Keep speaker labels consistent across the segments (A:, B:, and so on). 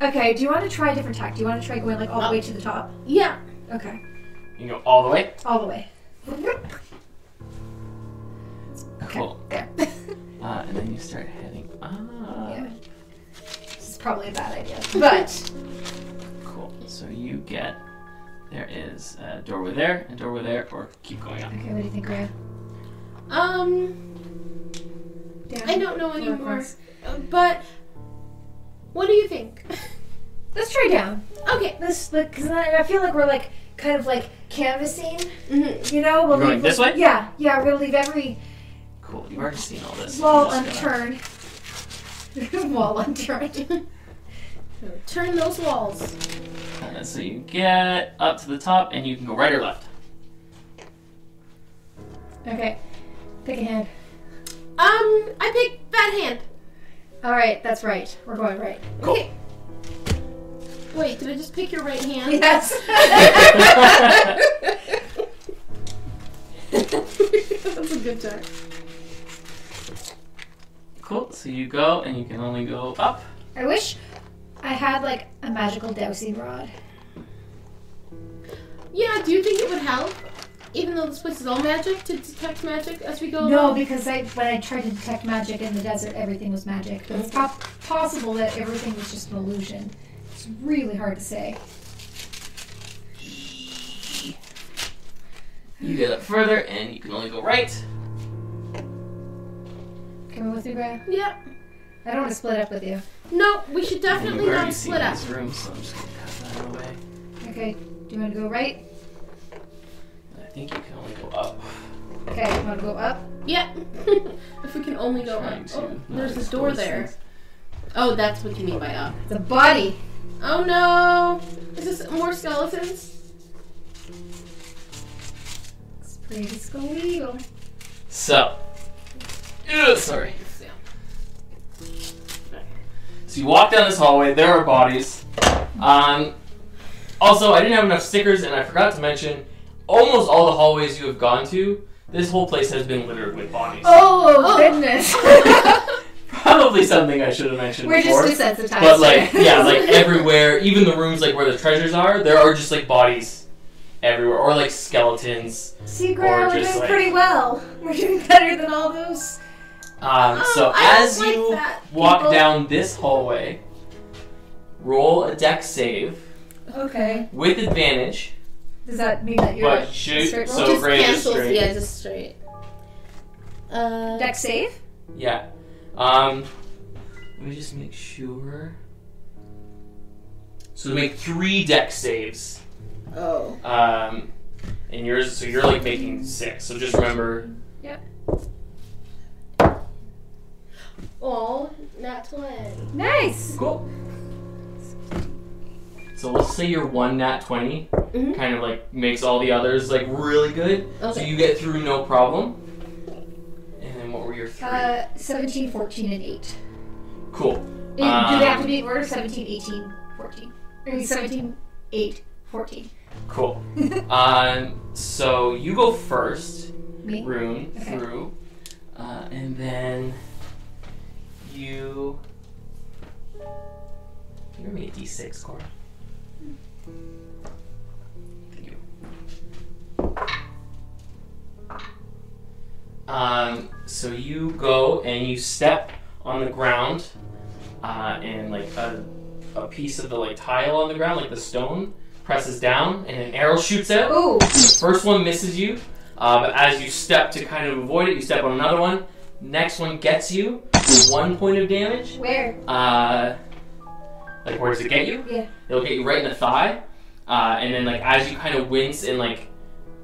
A: Okay, do you want to try a different tack? Do you want to try going like all the way to the top?
B: Yeah.
A: Okay,
C: You can go all the way.
A: all the way.
C: Cool.
A: There.
C: Uh, and then you start heading up.
A: yeah. This is probably a bad idea. But
C: Cool. So you get there is a doorway there, a doorway there, or keep going up.
A: okay, what do you think, Raya?
B: Um,
A: Down.
B: I don't know
A: Four
B: anymore.
A: points.
B: Uh, But what do you think?
A: Let's try down.
B: okay.
A: Let's look, cause I I feel like we're like kind of like canvassing.
B: Mm-hmm.
A: You know, we'll
C: Going
A: leave
C: this way?
A: Yeah, yeah. We'll leave every
C: Cool. You've already seen all this.
A: wall
C: You're just gonna-
A: unturned. wall unturned.
B: Turn those walls.
C: Uh, so you get up to the top, and you can go right or left.
A: okay, pick a hand.
B: Um, I picked bad hand.
A: All right, that's right. We're going right.
C: Cool.
B: Okay. Wait, did I just pick your right hand?
A: Yes.
B: That's a good time.
C: Cool. So you go, and you can only go up.
A: I wish I had like a magical dowsing rod.
B: Yeah, do you think it would help? Even though this place is all magic, to detect magic as we go
A: No,
B: along?
A: because I when I tried to detect magic in the desert, everything was magic. But it's po- possible that everything was just an illusion. It's really hard to say.
C: You get up further, and you can only go right.
A: Coming with me, Brad?
B: Yeah.
A: I don't want to split up with you.
B: No, we should
C: And
B: definitely
C: you've already
B: not
C: seen
B: split up.
C: this room, so I'm just gonna cut that away.
A: Okay. Do you want to go right?
C: I think you can only go up.
A: Okay. You want to go up?
B: Yeah. if we can only go
C: Trying
B: up.
C: to
B: Oh,
C: not
B: there's a door
C: expose
B: there.
C: things.
B: Oh, that's what you mean by up.
A: The body.
B: Oh no! Is this more skeletons?
A: It's pretty skeletal.
C: So, Ugh, sorry.
B: Um,
C: So you walk down this hallway. There are bodies. Um, also, I didn't have enough stickers, and I forgot to mention, almost all the hallways you have gone to, this whole place has been littered with bodies.
A: Oh,
B: Oh.
A: goodness.
C: Probably something I should have mentioned
A: We're
C: before.
A: just desensitized.
C: but like,
A: to it.
C: yeah, like everywhere, even the rooms like where the treasures are, there are just like bodies everywhere, or like skeletons.
A: See, Graham,
C: Or
A: we're
C: just,
A: doing
C: like-
A: pretty well. We're doing better than all those.
C: Um,
B: Oh,
C: so
B: I
C: as
B: like
C: you
B: that,
C: walk
B: people.
C: down this hallway, roll a deck save
A: Okay.
C: with advantage.
A: Does that mean that you're
C: But shoot,
A: straight roll?
C: so
B: just
C: Ray is
B: cancels
C: straight.
B: the edges straight. Uh,
A: deck save?
C: Yeah. Um, let me just make sure. So make three deck saves.
B: Oh.
C: Um, and yours, so you're like making six. So just remember,
B: Oh, not one.
A: Nice.
C: Cool. So let's say your one nat 20
B: Mhm.
C: kind of like makes all the others like really good. So
B: Okay.
C: you get through no problem. And then what were your three?
A: Uh, 17, 14, and 8.
C: cool.
A: Do they have to
C: Um,
A: be in order? 17, 18, 14. I mean, 17, 8, 14.
C: Cool. um, so you go first,
A: Me?
C: rune
A: Okay.
C: through, uh, and then you. You're gonna be a d6, Cora. You. Um, so you go and you step on the ground, uh, and like a, a piece of the like tile on the ground, like the stone, presses down, and an arrow shoots out.
A: Oh,
C: The first one misses you, uh, but as you step to kind of avoid it, you step on another one. Next one gets you for one point of damage.
A: where?
C: Uh, like, where does it get you?
A: Yeah.
C: It'll get you right in the thigh. Uh, and then, like, as you kind of wince and, like,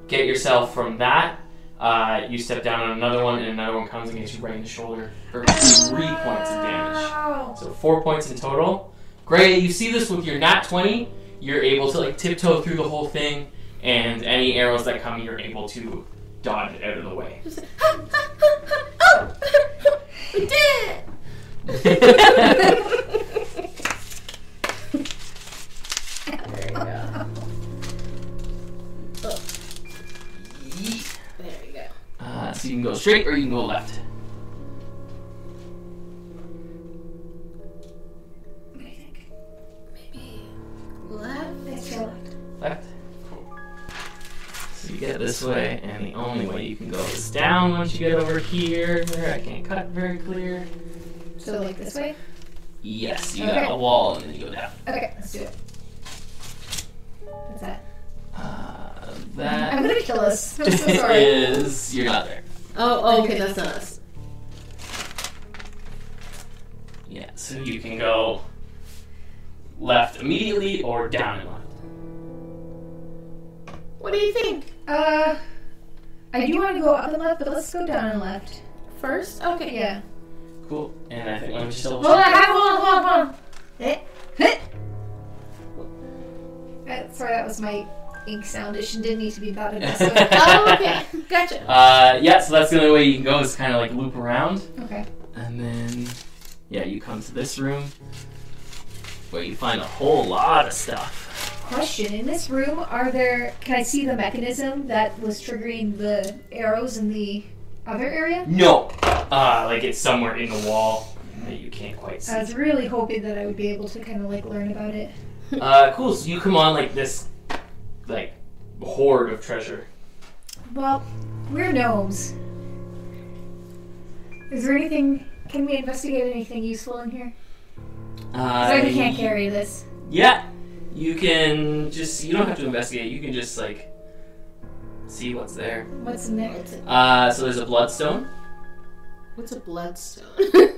C: get yourself from that, uh, you step down on another one, and another one comes and gets you right in the shoulder for three points of damage.
A: Wow.
C: So four points in total. Gray, you see this with your nat 20. You're able to like tiptoe through the whole thing, and any arrows that come, you're able to dodge out of the way.
B: Just like, ha, ha, ha, ha, oh! we did it! There you go. There you go.
C: uh, so you can go straight or you can go left.
A: What do you think?
B: Maybe
C: this way, and the only way you can go is down once you get over here. I can't cut very clear.
A: So like this way?
C: Yes, you
A: Okay.
C: got a wall, and then you go down.
A: Okay, let's do it. What's that?
C: Uh,
A: I'm
C: that
A: gonna kill us. I'm so sorry.
C: is you're not there.
B: Oh, oh, okay, that's not us.
C: Yeah, so you can go left immediately or down and left.
B: What do you think?
A: Uh, I do want to go up and left, but let's go down and left.
B: First? Okay.
A: Yeah.
C: Cool. And I think let me just double
A: Hold
C: check.
A: on, hold on, hold on, hold on. Eh, eh. Uh, Sorry, that was my ink sound. It should- didn't need to be that aggressive.
B: Oh, okay. Gotcha.
C: Uh, yeah, so that's the only way you can go is kind of like loop around.
A: okay.
C: And then, yeah, you come to this room where you find a whole lot of stuff.
A: Question: In this room, are there? Can I see the mechanism that was triggering the arrows in the other area?
C: No! Uh, like it's somewhere in the wall that you can't quite see.
A: I was really hoping that I would be able to kind of like learn about it.
C: Uh, cool, so you come on like this, like, hoard of treasure.
A: Well, we're gnomes. Is there anything? Can we investigate anything useful in here?
C: Uh,
A: 'Cause I can't carry this.
C: Yeah, you can just, you don't have to investigate, you can just like see what's there.
A: What's in there?
B: What's a,
C: Uh, so there's a bloodstone.
B: what's a bloodstone?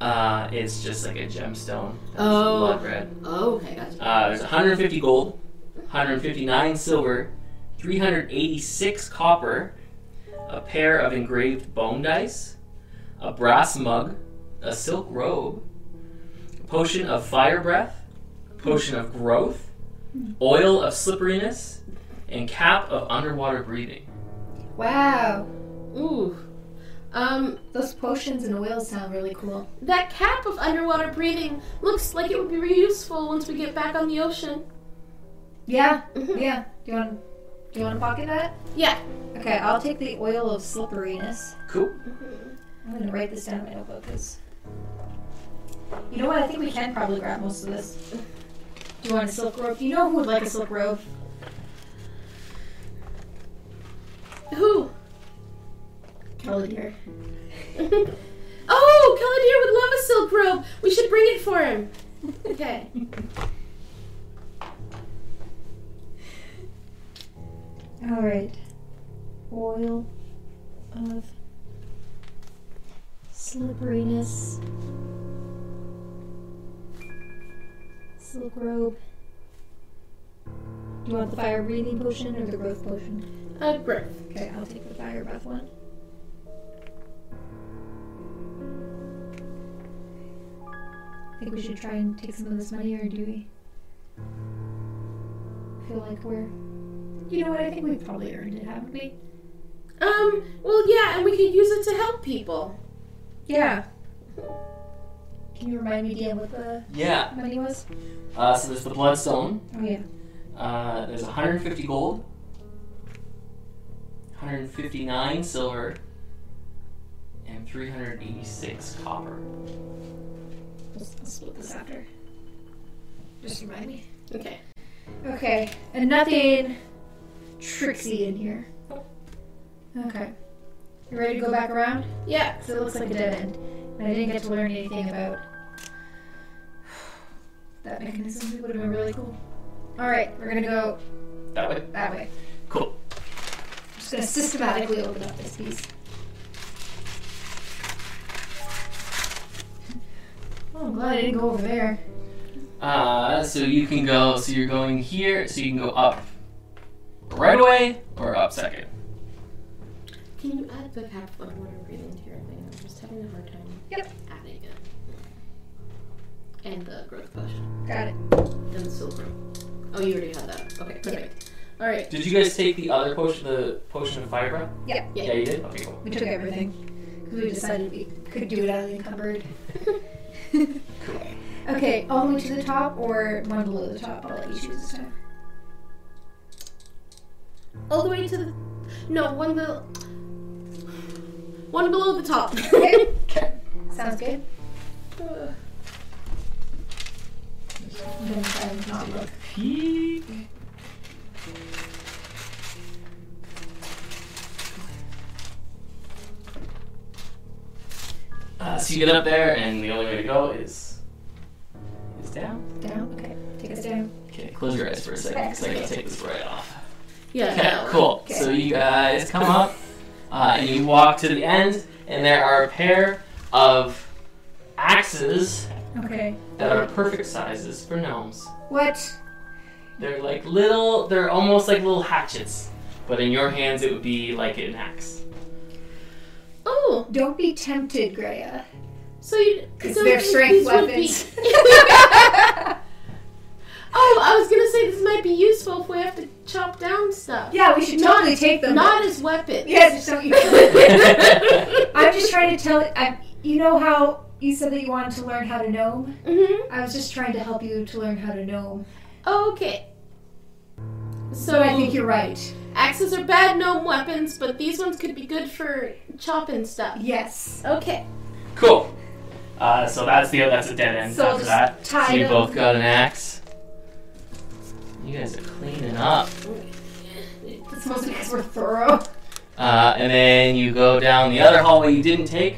C: Uh, it's just like a gemstone. that's
B: Oh.
C: Blood red.
B: oh, okay, gotcha.
C: Uh, there's 150 gold, 159 silver, 386 copper, a pair of engraved bone dice, a brass mug, a silk robe, a potion of fire breath, potion of growth, oil of slipperiness, and cap of underwater breathing.
A: Wow,
B: Ooh. Um,
A: those potions and oils sound really cool.
B: that cap of underwater breathing looks like it would be really useful once we get back on the ocean.
A: Yeah,
B: Mhm.
A: yeah. Do you want? Do you want to pocket that?
B: Yeah.
A: Okay, I'll take the oil of slipperiness.
C: Cool.
A: I'm gonna write this down in my notebook because. You know what? I think we can probably grab most of this. Do you want a silk robe? Do you know who would like a silk robe?
B: Who?
A: Kelly here.
B: oh, Caladier would love a silk robe. We should bring it for him. Okay.
A: All right. Oil of slipperiness. Silk robe. Do you want the fire breathing potion or the growth potion?
B: Uh, Griff.
A: Okay, I'll take the fire breath one. I think we should try and take some of this money, or do we feel like we're. You know what? I think we've probably earned it, haven't we?
B: Um, well, yeah, and we could use it to help people.
A: Yeah. Can you remind me, Dan, what the
C: Yeah.
A: money was?
C: Uh, so there's the bloodstone.
A: Oh yeah.
C: Uh, there's 150 gold, 159 silver, and 386 copper.
A: I'll, I'll split this after. Just remind me.
B: Okay.
A: Okay. And nothing tricksy in here. Okay. You ready to go back around?
B: Yeah.
A: Because it looks like a dead end. And I didn't get to learn anything about that mechanism. It would have been really cool. Alright, we're gonna go
C: That way.
A: that way.
C: Cool.
A: I'm just gonna systematically open up this piece. Oh, I'm glad I didn't go over there.
C: Uh, so you can go. So you're going here. So you can go up right away or up second.
B: Can you add the cap of underwater breathing to your thing? I'm just having a hard time
A: Yep.
B: adding it. And the growth potion.
A: Got it.
B: And the silk robe. Oh, you already had that. Okay, perfect. Alright.
C: Did you guys take the other potion, the potion of fire breath?
A: Yeah.
C: Yeah,
B: Yeah.
C: you did. Okay, cool.
A: We took everything. Because we decided we could do it out of the encumbered. okay, all the way to the top or one below the top? I'll let you choose this time.
B: All the way to the. No, one the. One below the top.
A: Okay. Sounds good?
B: Uh,
A: I'm gonna try and not look.
C: Peek. Uh, so you get up there, and the only way to go is is down.
A: Down? Okay. Take us down.
C: Okay, close your eyes for a second, because I gotta take this right off.
B: Yeah.
C: Okay,
B: no.
C: cool.
A: Okay.
C: So you guys come up, uh, and you walk to the end, and there are a pair of axes
A: Okay.
C: that are perfect sizes for gnomes.
A: What?
C: They're like little, they're almost like little hatchets, but in your hands it would be like an axe.
B: Oh,
A: Don't be tempted, Greya.
B: so you.
A: Because
B: so
A: they're
B: these-
A: strength
B: these would be-
A: weapons.
B: oh, I was gonna say this might be useful if we have to chop down stuff.
A: yeah, we should totally take them.
B: Not as weapons.
A: Yes, so you.
C: Mhm.
A: I'm just trying to tell. I, you know how you said that you wanted to learn how to gnome?
B: hmm
A: I was just trying to help you to learn how to gnome.
B: Okay.
A: So I think you're right.
B: axes are bad gnome weapons, but these ones could be good for chopping stuff.
A: Yes.
B: Okay.
C: cool. Uh, so that's the that's a dead end
A: So I'll
C: after
A: just
C: that.
A: tie
C: So you
A: them.
C: both got an axe. You guys are cleaning up.
A: It's mostly because we're thorough.
C: Uh, and then you go down the other hallway you didn't take.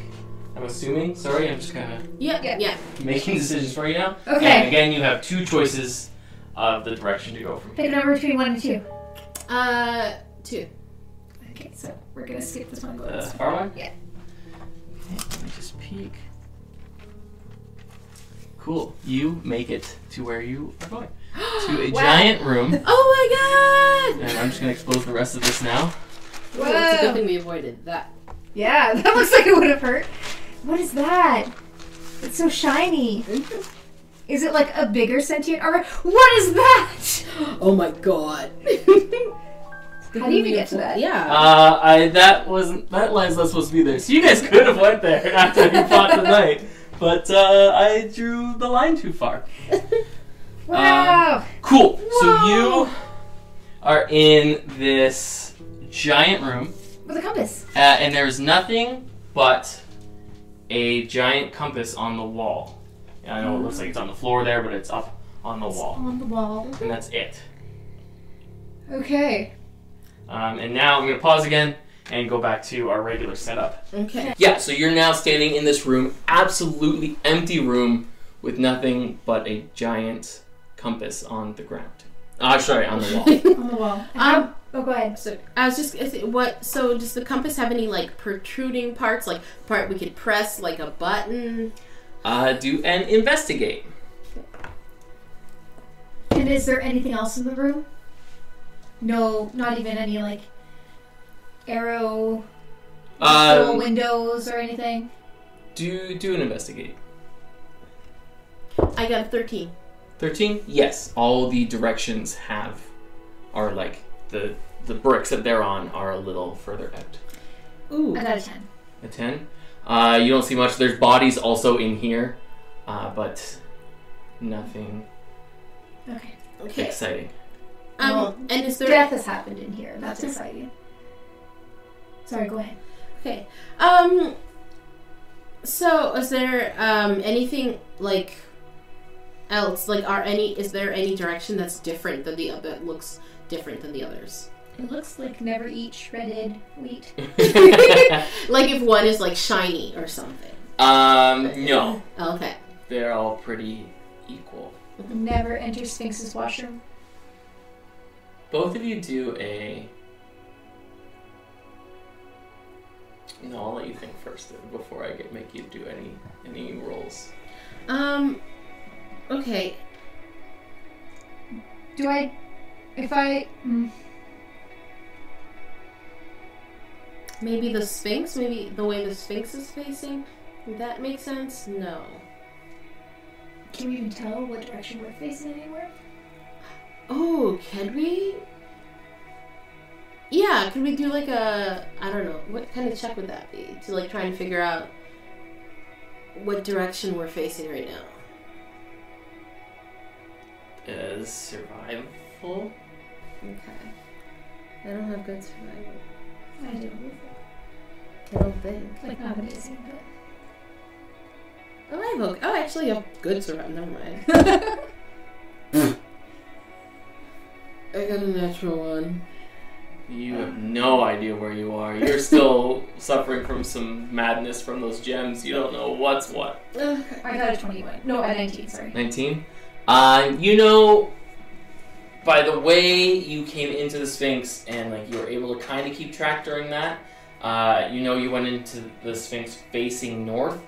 C: I'm assuming. Sorry, I'm just kind of
B: Yep.
A: Yeah.
B: Yeah.
C: making decisions for you now. And
A: Okay.
C: again, you have two choices of the direction to go from.
A: Pick a number between one and two.
B: Uh, two.
A: Okay, so we're gonna skip this one. Go
C: The
A: this one.
C: Uh, far one?
A: Yeah.
C: Okay, let me just peek. Cool. You make it to where you are going. To a
B: Wow.
C: giant room.
B: Oh my god!
C: And I'm just gonna expose the rest of this now.
B: Ooh, it's a
A: Whoa.
B: good thing we avoided that.
A: Yeah, that looks like it would have hurt. What is that? It's so shiny. Is it like a bigger sentient armor? What is that?
B: Oh my god.
A: How do you even get to that?
B: Yeah.
C: Uh, I that wasn't that line's not supposed to be there. So you guys could have went there after you fought tonight, but uh, I drew the line too far. Um,
A: Wow.
C: Cool.
B: Whoa.
C: So you are in this giant room.
A: With a compass.
C: Uh, and there's nothing but a giant compass on the wall. And I know it looks like it's on the floor there, but it's up on the wall.
A: On the wall.
C: And that's it.
A: Okay.
C: Um, and now I'm going to pause again and go back to our regular setup.
B: okay.
C: Yeah, so you're now standing in this room, absolutely empty room, with nothing but a giant compass on the ground. Ah, sorry, on the wall.
A: On the wall.
B: Um,
A: oh, go ahead.
B: So I was just is it- what? So does the compass have any like protruding parts, like part we could press, like a button?
C: Uh, do and investigate.
A: And is there anything else in the room? No, not even any like arrow little
C: Um,
A: windows or anything.
C: do do an investigate.
B: I got a thirteen.
C: 13 yes all the directions have are like the the bricks that they're on are a little further out
B: Ooh.
A: I got a ten.
C: a 10 uh, you don't see much there's bodies also in here uh, but nothing
A: Okay.
B: Okay.
C: exciting
B: Um.
A: Well,
B: and is there?
A: Death has happened in here. That's exciting. Sorry, go ahead.
B: Okay. Um. So is there um anything like else? Like, are any? Is there any direction that's different than the other? That looks different than the others?
A: It looks like never eat shredded wheat.
B: Like if one is like shiny or something.
C: um no
B: Okay.
C: they're all pretty equal
A: Never enter Sphinx's washroom.
C: both of you do a no i'll let you think first before i get make you do any any rolls
B: Um. Okay.
A: Do I? If I. Mm,
B: Maybe the Sphinx. Maybe the way the Sphinx is facing. Would that make sense? No.
A: can we even tell what direction we're facing anywhere?
B: Oh, can we? Yeah, can we do like a I don't know what kind of check would that be to like try and figure out what direction we're facing right now?
C: is survival.
B: Okay, I don't have good survival.
A: I do.
B: I don't think.
A: Like not amazing, but.
B: Oh, I have okay. oh, I actually have good survival. Never mind. I got a natural one.
C: You have no idea where you are. You're still suffering from some madness from those gems. You don't know what's what.
A: I got a 21. No, a 19, sorry.
C: 19. Uh, you know, by the way you came into the Sphinx and like you were able to kind of keep track during that, uh, you know you went into the Sphinx facing north,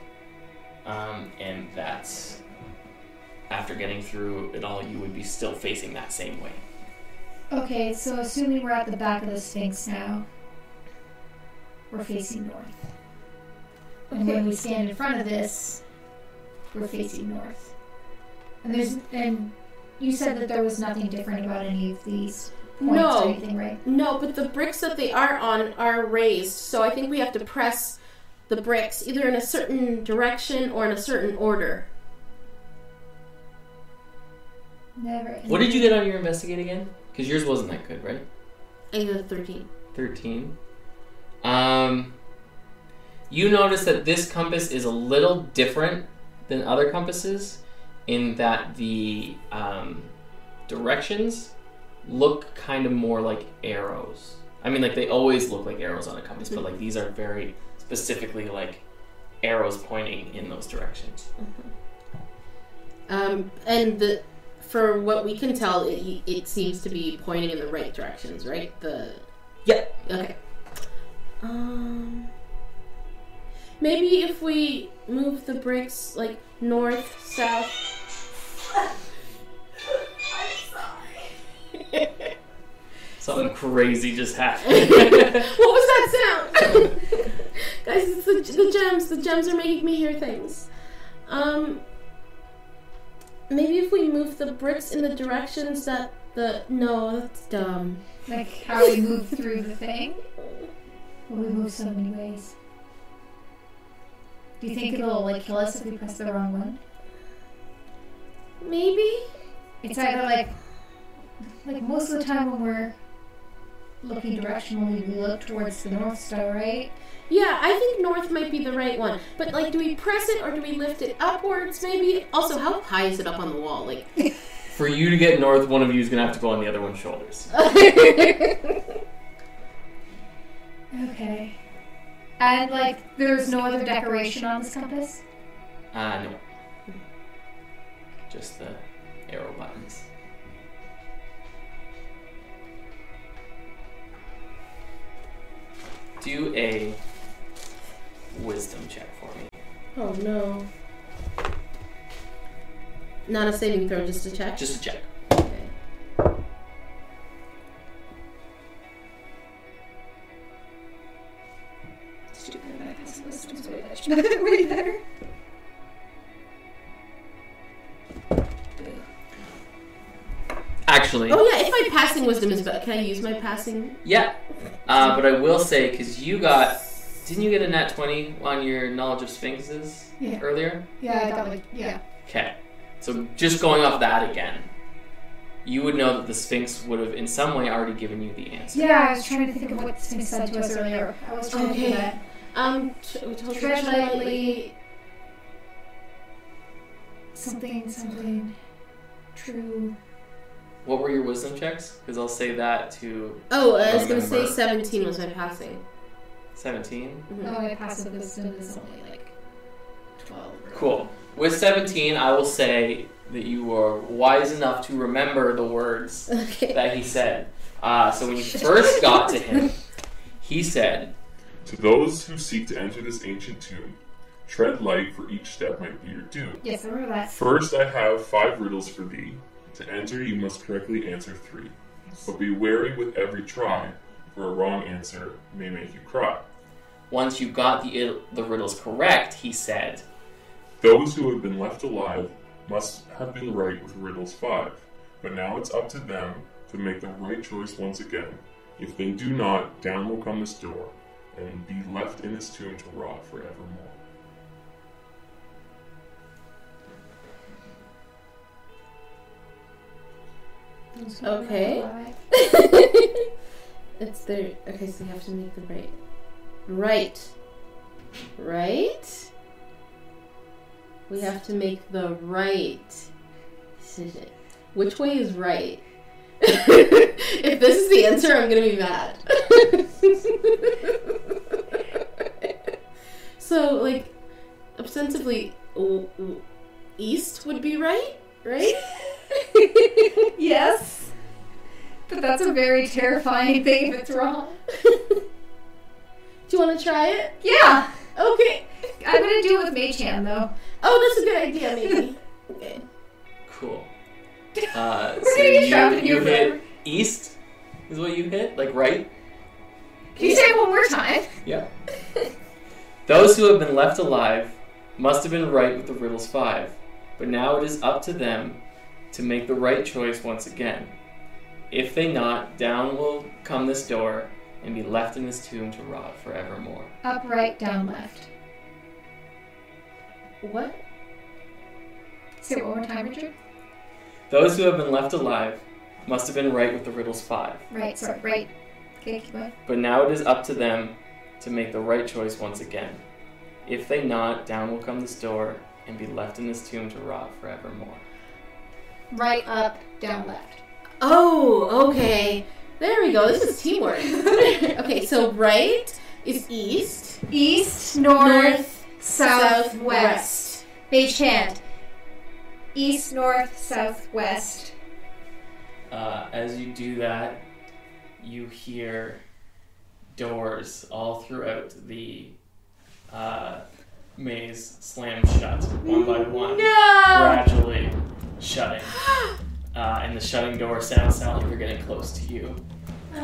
C: um, and that's after getting through it all, you would be still facing that same way.
A: Okay, so assuming we're at the back of the Sphinx now, we're facing north. And when we stand in front of this, we're facing north. And there's and you said that there was nothing different about any of these points
B: No.
A: or anything, right?
B: No, but the bricks that they are on are raised, so I think we have to press the bricks either in a certain direction or in a certain order.
A: Never.
C: What did you get on your investigate again? Because yours wasn't that good, right?
B: I got a 13.
C: 13. Um, you notice that this compass is a little different than other compasses in that the um, directions look kind of more like arrows. I mean, like they always look like arrows on a compass, but like these are very specifically like arrows pointing in those directions.
B: Um, and the, for what we can tell, it, it seems to be pointing in the right directions, right? The
C: Yep.
B: Okay. Um, maybe if we move the bricks like north, south.
C: Something crazy just
B: what
C: happened.
B: was that sound? Guys, it's the, the gems. The gems are making me hear things. Um, maybe if we move the bricks in the directions that the no, that's dumb.
A: Like how we move through the thing? Well, we move so many ways. Do you think it'll like kill us if we press the wrong one?
B: Maybe.
A: It's either like, like most of the time when we're looking directionally, we look towards the North Star, right?
B: Yeah, I think north might be the right one. But like, do we press it or do we lift it upwards? Maybe. Also, how high is it up on the wall? Like.
C: For you to get north, one of you is gonna have to go on the other one's shoulders.
A: Okay. And like, there's no other decoration on this compass.
C: Uh, no. Just the arrow buttons. Do a wisdom check for me.
B: Oh no. Not a saving throw, just a check.
C: Just a check.
B: Okay.
A: Stupid. I guess wisdom's way better. way better.
C: Actually,
B: Oh yeah, if my passing wisdom is better, can I use my passing?
C: yeah. Uh, but I will say, because you got. Didn't you get a nat 20 on your knowledge of sphinxes
A: Yeah.
C: earlier?
A: Yeah, I got like yeah.
C: Okay. So just going off that again, you would know that the Sphinx would have in some way already given you the answer.
A: Yeah, I was trying to think of what Sphinx said to us earlier. I was trying to
B: Okay.
A: do that.
B: Um, t- we told you
A: Tread
B: tread
A: lightly.
B: lightly.
A: Something, something. True.
C: What were your wisdom checks? Because I'll say that to
B: Oh, I was gonna say
C: Remember.
B: seventeen was my passing.
C: 17.
B: Mhm.
A: Oh, my passive wisdom is only like twelve.
C: Cool. With 17, I will say that you were wise enough to remember the words
B: Okay.
C: that he said. Uh, so when you first got to him, he said,
D: To those who seek to enter this ancient tomb, tread light for each step might be your doom.
A: Yes, I remember that.
D: First, I have five riddles for thee. To enter, you must correctly answer three. But be wary with every try, for a wrong answer may make you cry.
C: once you got the, the riddles correct, he said,
D: Those who have been left alive must have been right with riddles five, but now it's up to them to make the right choice once again. If they do not, down will come this door, and be left in this tomb to rot forevermore.
B: Okay. it's there. Okay, so you have to make the right. Right. Right? We have to make the right decision. Which way is right? if this is the answer, I'm gonna be mad. so, like, ostensibly, w- w- east would be right, right?
A: yes. But that's a very terrifying thing if it's wrong.
B: Do you want to try it?
A: Yeah.
B: Okay.
A: I'm gonna do it with Mage Hand though.
B: Oh, that's a good idea, maybe. Okay.
C: Cool. Uh,
A: We're
C: so
A: gonna get trapped in
C: you,
A: here
C: you hit
A: forever.
C: east is what you hit, like right.
A: Can you say it one more time?
C: Yeah. Those who have been left alive must have been right with the riddles five, but now it is up to them to make the right choice once again. If they not, down will come this door and be left in this tomb to rot forevermore.
A: Up, right, down, left.
B: What?
A: Say it one more time, Richard.
C: Those who have been left alive must have been right with the riddles five,
A: Right, sorry, right. Okay, keep going.
C: but now it is up to them to make the right choice once again. If they not, down will come this door and be left in this tomb to rot forevermore.
A: Right, up, down, left.
B: Oh, okay. There we go. This is teamwork. okay, so right is east,
A: East, north,
B: north,
A: southwest.
B: southwest.
A: Mage Hand. East, north, south, west.
C: Uh, as you do that, you hear doors all throughout the uh, maze slam shut one by one,
B: No.
C: gradually shutting. Uh, and the shutting door sounds sound like they're getting close to you.
B: Uh,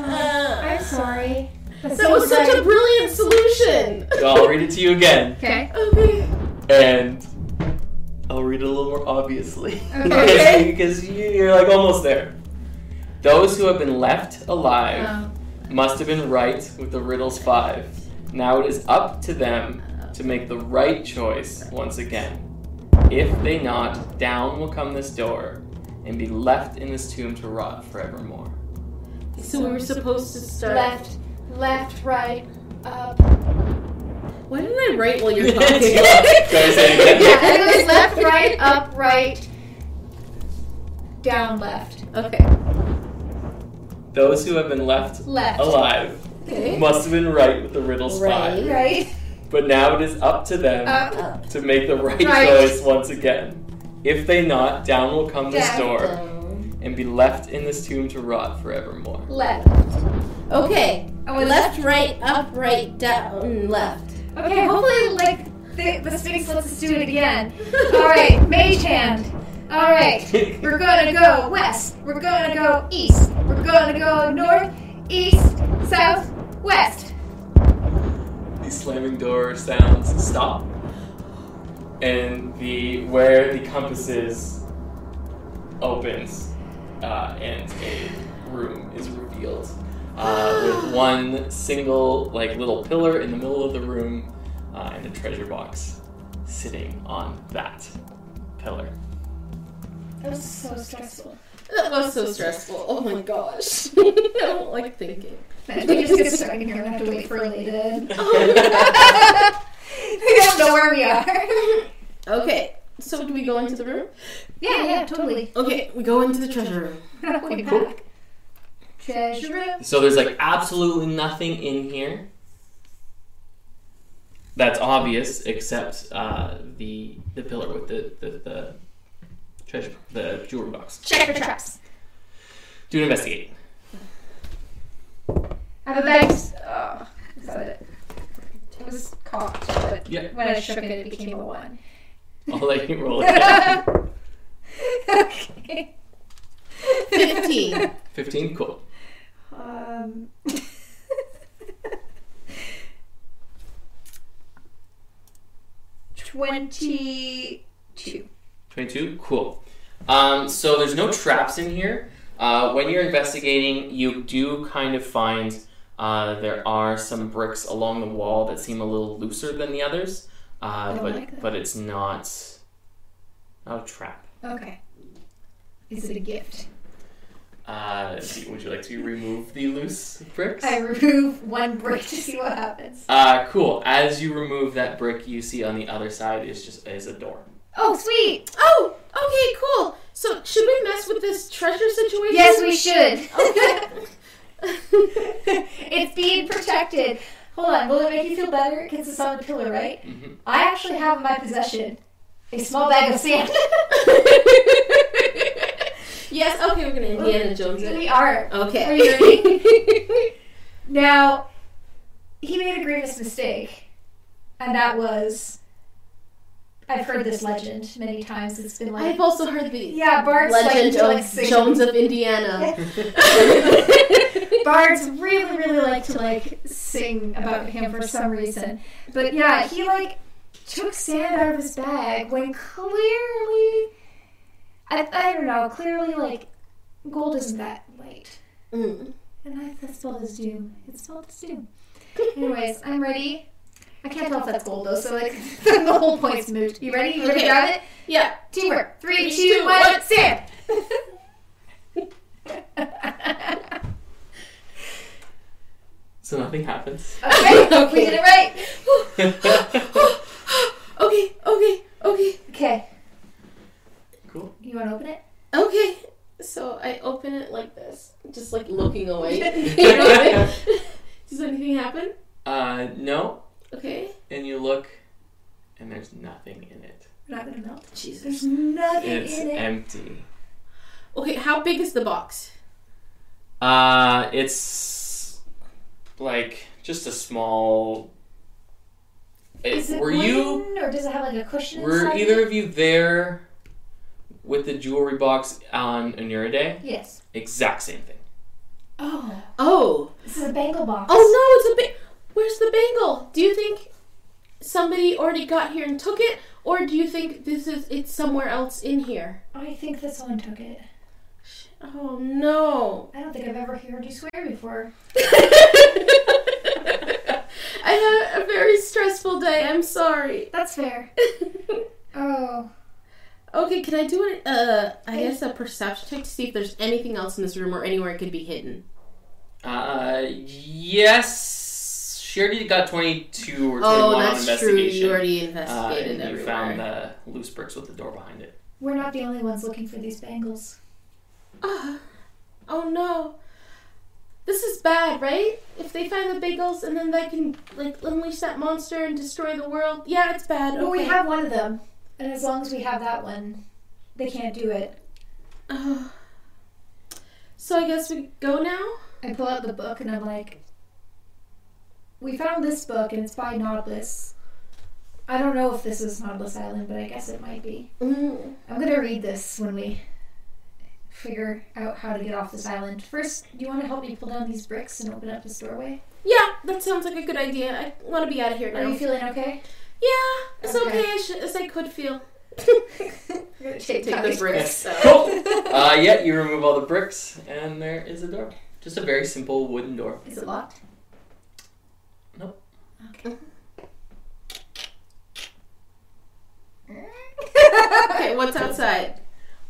A: I'm sorry.
B: that was such a brilliant solution.
C: So I'll read it to you again,
A: Okay.
B: Okay.
C: and I'll read it a little more obviously.
A: Okay.
C: because you, you're like almost there. Those who have been left alive.
A: Um,
C: must have been right with the riddles five. Now it is up to them to make the right choice once again. If they not, down will come this door and be left in this tomb to rot forevermore.
B: So we were supposed to start.
A: left, left, right, up.
B: Why didn't I write while you're
C: Should
B: talking?
C: I say it
A: Yeah,
C: again?
A: it goes left, right, up, right, down, left,
B: Okay.
C: Those who have been left
A: left.
C: alive
B: Okay.
C: must have been right with the riddles
B: Right.
C: five.
A: Right,
C: But now it is up to them
B: uh,
A: up,
C: to make the right,
A: Right.
C: choice once again. If they not, down will come this
A: Down.
C: door and be left in this tomb to rot forevermore.
A: left.
B: Okay.
A: I went
B: Left, right, up, right, down, left.
A: Okay, hopefully, like, the, the Sphinx lets us do it again. Alright, mage hand. Alright, we're gonna go west, we're gonna go east, we're gonna go north, east, south, west.
C: the slamming door sounds stop, and the where the compass is opens, uh, and a room is revealed uh, with one single like little pillar in the middle of the room, uh, and a treasure box sitting on that pillar.
A: That was so stressful.
B: That was so stressful. Oh my gosh. I don't like thinking.
A: We just get stuck in here and have to wait for Elated. we don't know where we are.
B: Okay. So do we go into the room?
A: Yeah, yeah, totally.
B: Okay, we go into the treasure room.
A: Way
C: Cool.
A: back. Treasure room.
C: So there's like absolutely nothing in here that's obvious except uh, the the pillar with the the, the treasure the jewelry box.
A: Check for traps.
C: Do an investigate.
A: I have a bag. Oh, is that it? It was caught, but
C: Yeah.
A: when I shook it, it became a one.
C: I'll let you roll it.
A: okay.
B: 15.
C: Fifteen, cool.
A: Um. Twenty-two.
C: Twenty-two, cool. Um, so there's no traps in here. Uh, when you're investigating, you do kind of find uh, there are some bricks along the wall that seem a little looser than the others, uh,
A: don't
C: but
A: like that.
C: but it's not not a trap.
A: Okay. Is it a gift?
C: Uh, do- would you like to remove the loose bricks?
A: I remove one brick to see what happens.
C: Uh, cool. As you remove that brick, you see on the other side is just is a door.
A: Oh, sweet!
B: Oh! Okay, cool. So should we mess with this treasure situation?
A: Yes, we should.
B: Okay.
A: it's being protected. Hold on, will it make you feel better? Because it's on the pillow, right?
C: Mhm.
A: I actually have in my possession a small bag of sand.
B: yes. Okay, we're gonna Indiana Jones it.
A: we are.
B: Okay.
A: Are you ready? Now, he made a grievous mistake, and that was. I've heard this legend many times. It's been like.
B: I've also heard the
A: yeah, Bart's
B: Legend
A: like, like
B: of
A: sing-
B: Jones of Indiana.
A: Bards really, really like to like sing about him for some reason. But yeah, he like took sand out of his bag when clearly, I, I don't know, clearly like gold isn't that light.
B: Mm.
A: And I, that spelled as doom. It's spelled as doom. Anyways, I'm ready. I can't tell if that's gold though, so like the whole point's moot. You ready? You ready to
B: Okay.
A: grab it?
B: yeah.
A: Teamwork. Three,
B: Three,
A: two,
B: two,
A: one,
B: one,
A: sand.
C: So nothing happens.
A: okay, we did it right.
B: okay. Okay. Okay.
A: Okay,
C: cool.
A: you want to open it?
B: Okay. So I open it like this, just like looking away. you know what I mean? Does anything happen?
C: Uh, no.
B: Okay.
C: And you look, and there's nothing in it.
A: We're not gonna melt. There's
B: Jesus.
A: nothing
C: It's
A: in it.
C: empty.
B: Okay. How big is the box?
C: Uh, it's like just a small. It-
A: Is it
C: were you?
A: wooden, or does it have like a cushion
C: Were
A: inside?
C: either
A: it?
C: of you there with the jewelry box on Anura Day?
A: Yes.
C: Exact same thing.
A: Oh,
B: Oh.
A: this is a bangle box.
B: Oh no, it's a ba- Where's the bangle? Do you think somebody already got here and took it, or do you think this is it's somewhere else in here?
A: I think this one took it.
B: Oh no!
A: I don't think I've ever heard you swear before.
B: I had a very stressful day. I'm sorry.
A: That's fair. Oh,
B: okay, can I do an uh? I guess a perception check to see if there's anything else in this room or anywhere it could be hidden.
C: Uh, yes. She already got 22 or 21
B: Oh,
C: on
B: that's true.
C: investigation.
B: You already
C: uh,
B: investigated
C: and you
B: everywhere.
C: found the loose bricks with the door behind it.
A: we're not the only ones looking for these bangles.
B: Ah, oh no. This is bad, right? If they find the bagels and then they can like unleash that monster and destroy the world, yeah, it's bad.
A: Well, we
B: okay.
A: have one of them, and as long as we have that one, they can't do it.
B: Ah. so I guess we go now.
A: I pull out the book and I'm like, we found this book and it's by Nautilus. I don't know if this is Nautilus Island, but I guess it might be.
B: Mm.
A: I'm gonna read this when we figure out how to get off this island. First, do you want to help me pull down these bricks and open up this doorway?
B: Yeah, that sounds like a good idea. I want to be out of here now.
A: Are you feeling okay?
B: yeah, it's
A: Okay.
B: okay, as, as I could feel.
A: I'm gonna take,
B: Take the bricks. out.
C: Cool. uh, yeah, you remove all the bricks, and there is a door. Just a very simple wooden door.
A: Is it locked?
C: Nope.
A: Okay.
B: okay, what's outside?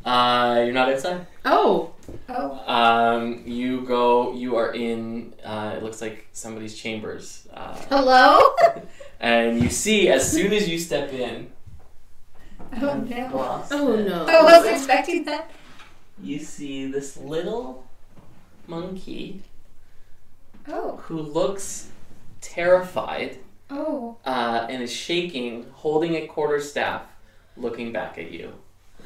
C: Uh, you're not inside.
B: Oh,
A: oh.
C: Um, you go. You are in. Uh, it looks like somebody's chambers. Uh,
A: Hello?
C: and you see as soon as you step in.
A: Oh no.
B: oh no.
A: I wasn't expecting that.
C: You see this little monkey
A: Oh.
C: who looks terrified
A: Oh.
C: uh, and is shaking, holding a quarter staff, looking back at you.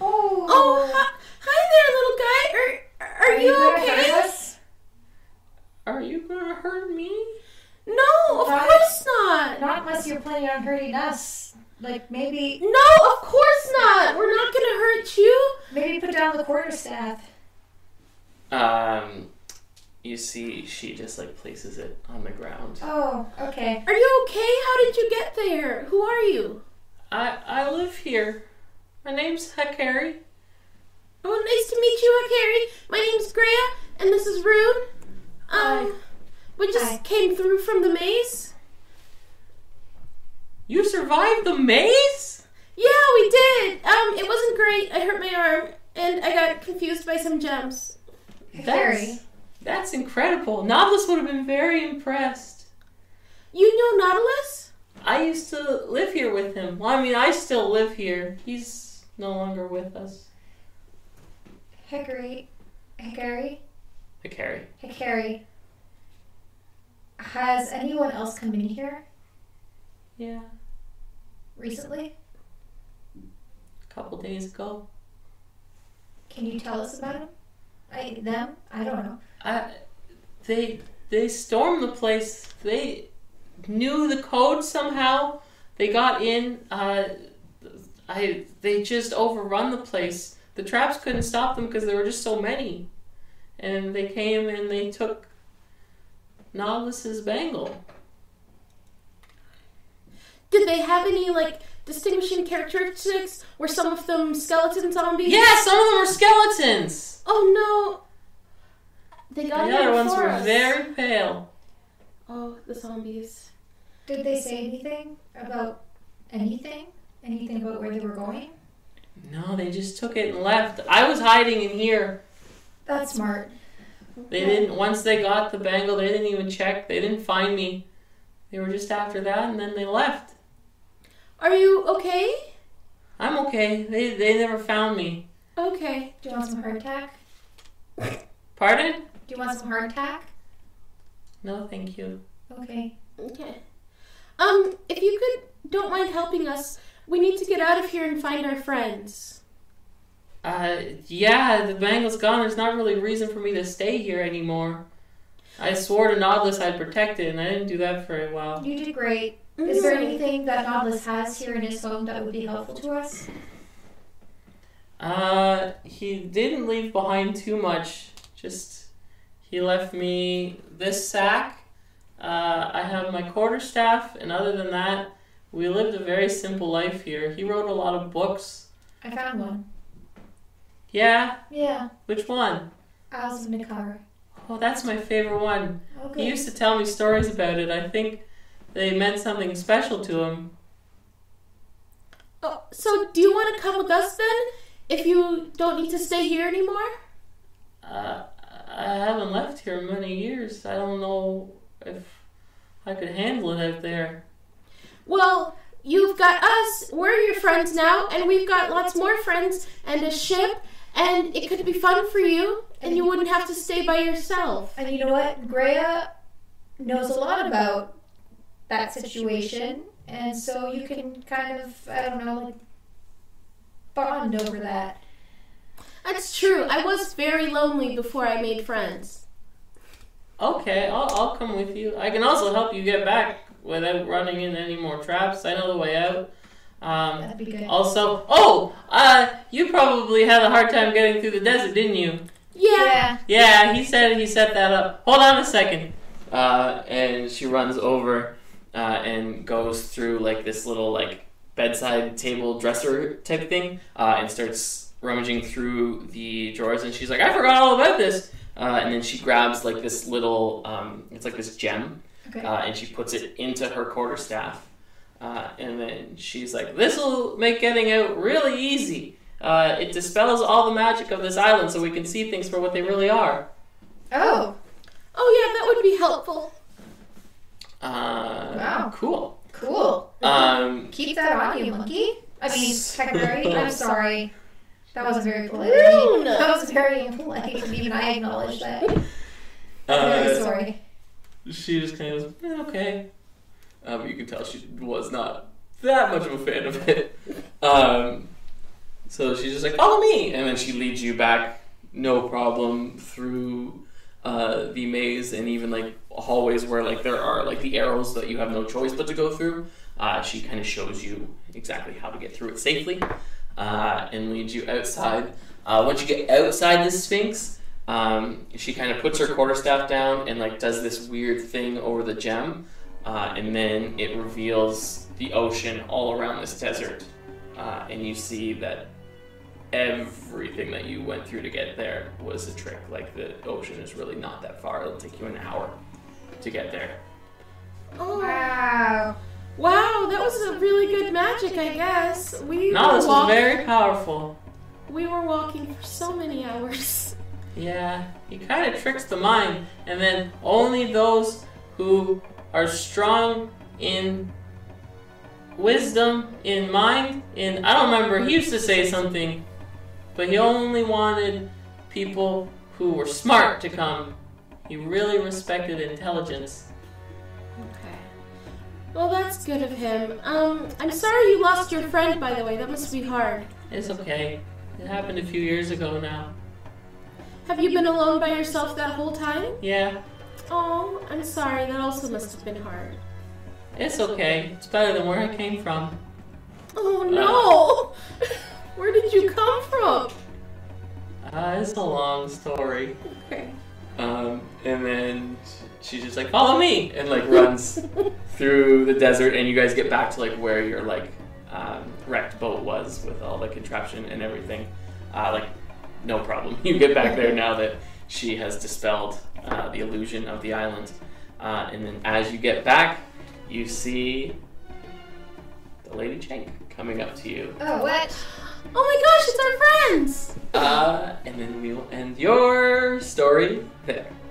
A: Oh.
B: Oh, hi, hi there, little guy. Are, are,
A: Are
B: you,
A: you gonna
B: okay?
A: hurt us?
C: Are you gonna hurt me?
B: No, of
A: Right.
B: course not.
A: Not unless you're planning on hurting us. Like maybe
B: No, of course not. We're not gonna hurt you.
A: maybe put down the quarterstaff.
C: Um, you see, she just like places it on the ground.
A: Oh, okay.
B: Are you okay? How did you get there? Who are you?
C: I I live here. My name's Hakari.
B: Oh, nice to meet you, Akari. My name's Greya, and this is Rune. Um, we just
A: Hi.
B: came through from the maze.
C: You survived the maze.
B: Yeah, we did. Um, it wasn't great. I hurt my arm, and I got confused by some gems.
A: Very.
C: That's incredible. Novelist would have been very impressed.
B: You know Nautilus?
C: I used to live here with him. Well, I mean, I still live here. He's no longer with us?
A: Hickory. Hickory?
C: Hikari.
A: Hickory. Has anyone else come in here
C: Yeah,
A: recently?
C: a couple days ago.
A: Can you tell us about them? I, them? I don't know.
C: I, they they stormed the place. They knew the code somehow. They got in. Uh, I they just overrun the place. The traps couldn't stop them because there were just so many, and they came and they took Nautilus's bangle.
B: Did they have any like distinguishing characteristics? Were some of them skeleton zombies?
C: Yeah, some of them were skeletons.
B: Oh no. They
C: The
B: got
C: other
B: there
C: ones
B: for
C: were
B: us.
C: very pale.
B: Oh, the zombies.
A: Did they say anything about anything? Anything about where they were going?
C: No, they just took it and left. I was hiding in here.
A: That's smart.
C: They didn't. Once they got the bangle, they didn't even check. They didn't find me. They were just after that, and then they left.
B: Are you okay?
C: I'm okay. They they never found me.
B: Okay.
A: Do you want some hardtack?
C: Pardon?
A: Do you want some hardtack?
C: No, thank you.
A: Okay.
B: Okay. Um, if you could don't mind helping us, we need to get out of here and find our friends.
C: Uh, yeah, the bangle's gone. There's not really a reason for me to stay here anymore. I swore to Nautilus I'd protect it, and I didn't do that for a while.
A: You did great.
B: Mm-hmm.
A: Is there anything that Nautilus has here in his home that would be helpful to us?
C: Uh, he didn't leave behind too much. Just he left me this sack. Uh, I have my quarterstaff, and other than that, we lived a very simple life here. He wrote a lot of books.
A: I found one.
C: Yeah,
A: Yeah.
C: which one?
A: Owls of Mikara.
C: Oh, that's my favorite one. He
A: Okay.
C: used to tell me stories about it. I think they meant something special to him.
B: Oh, so do you want to come with us then? If you don't need to stay here anymore?
C: Uh, I haven't left here in many years. I don't know if I could handle it out there.
B: Well, you've got us, we're your friends now, and we've got lots more friends and a ship, and it could be fun for you, and you wouldn't have to stay by yourself.
A: And you know what? Greya knows a lot about that situation, and so you can kind of, I don't know, like bond over that.
B: That's true. I was very lonely before I made friends.
C: Okay, I'll, I'll come with you. I can also help you get back without running into any more traps. I know the way out. Um,
A: That'd be good.
C: also, oh, uh, you probably had a hard time getting through the desert, didn't you?
B: Yeah.
C: Yeah, he said he set that up. Hold on a second. Uh, and she runs over uh, and goes through like this little like bedside table dresser type thing uh, and starts rummaging through the drawers and she's like, I forgot all about this. Uh, and then she grabs like this little, um, it's like this gem,
A: Okay.
C: uh, and she puts it into her quarterstaff. Uh, and then she's like, "This will make getting out really easy. Uh, it dispels all the magic of this island, so we can see things for what they really are."
A: oh,
B: Oh, yeah, that would be helpful.
C: Uh,
A: Wow.
C: Cool.
A: cool.
C: Um,
A: Keep that on you, monkey. I mean, Hecari, I'm sorry. That wasn't very polite.
B: Rune!
A: That was very impolite, and even I acknowledge that. I'm very
C: uh,
A: sorry.
C: she just kind of goes, "Eh, okay. Um, you can tell she was not that much of a fan of it. Um, so she's just like, follow me. And then she leads you back, no problem, through uh, the maze and even like hallways where like there are like the arrows that you have no choice but to go through. Uh, she kind of shows you exactly how to get through it safely uh, and leads you outside. Uh, once you get outside the Sphinx, um, she kind of puts her quarterstaff down and like does this weird thing over the gem, uh, and then it reveals the ocean all around this desert, uh, and you see that everything that you went through to get there was a trick. Like the ocean is really not that far; it'll take you an hour to get there.
B: Oh.
A: Wow.
B: Wow, that was a really good magic, I guess. We
C: No,
B: were
C: this was
B: walk-
C: very powerful.
B: We were walking for so many hours.
C: Yeah, he kind of tricks the mind, and then only those who are strong in wisdom in mind. And I don't remember, he used to say something, but he only wanted people who were smart to come. He really respected intelligence.
B: Okay. Well, that's good of him. Um, I'm sorry you lost your friend, by the way. That must be hard.
C: It's okay. It happened a few years ago now.
B: Have you been alone by yourself that whole time?
C: Yeah,
B: Oh, I'm sorry. That also must have been hard.
C: it's okay. It's better than where I came from.
B: Oh no! Where did you come from?
C: Uh, it's a long story.
B: Okay.
C: Um, and then she's just like, follow me, and like runs through the desert, and you guys get back to like where your like um, wrecked boat was with all the contraption and everything. Uh, like, no problem. You get back there now that she has dispelled uh, the illusion of the island. Uh, and then as you get back, you see the Lady Chank coming up to you.
A: Oh, what?
B: Oh my gosh, it's our friends!
C: Uh, and then we'll end your story there.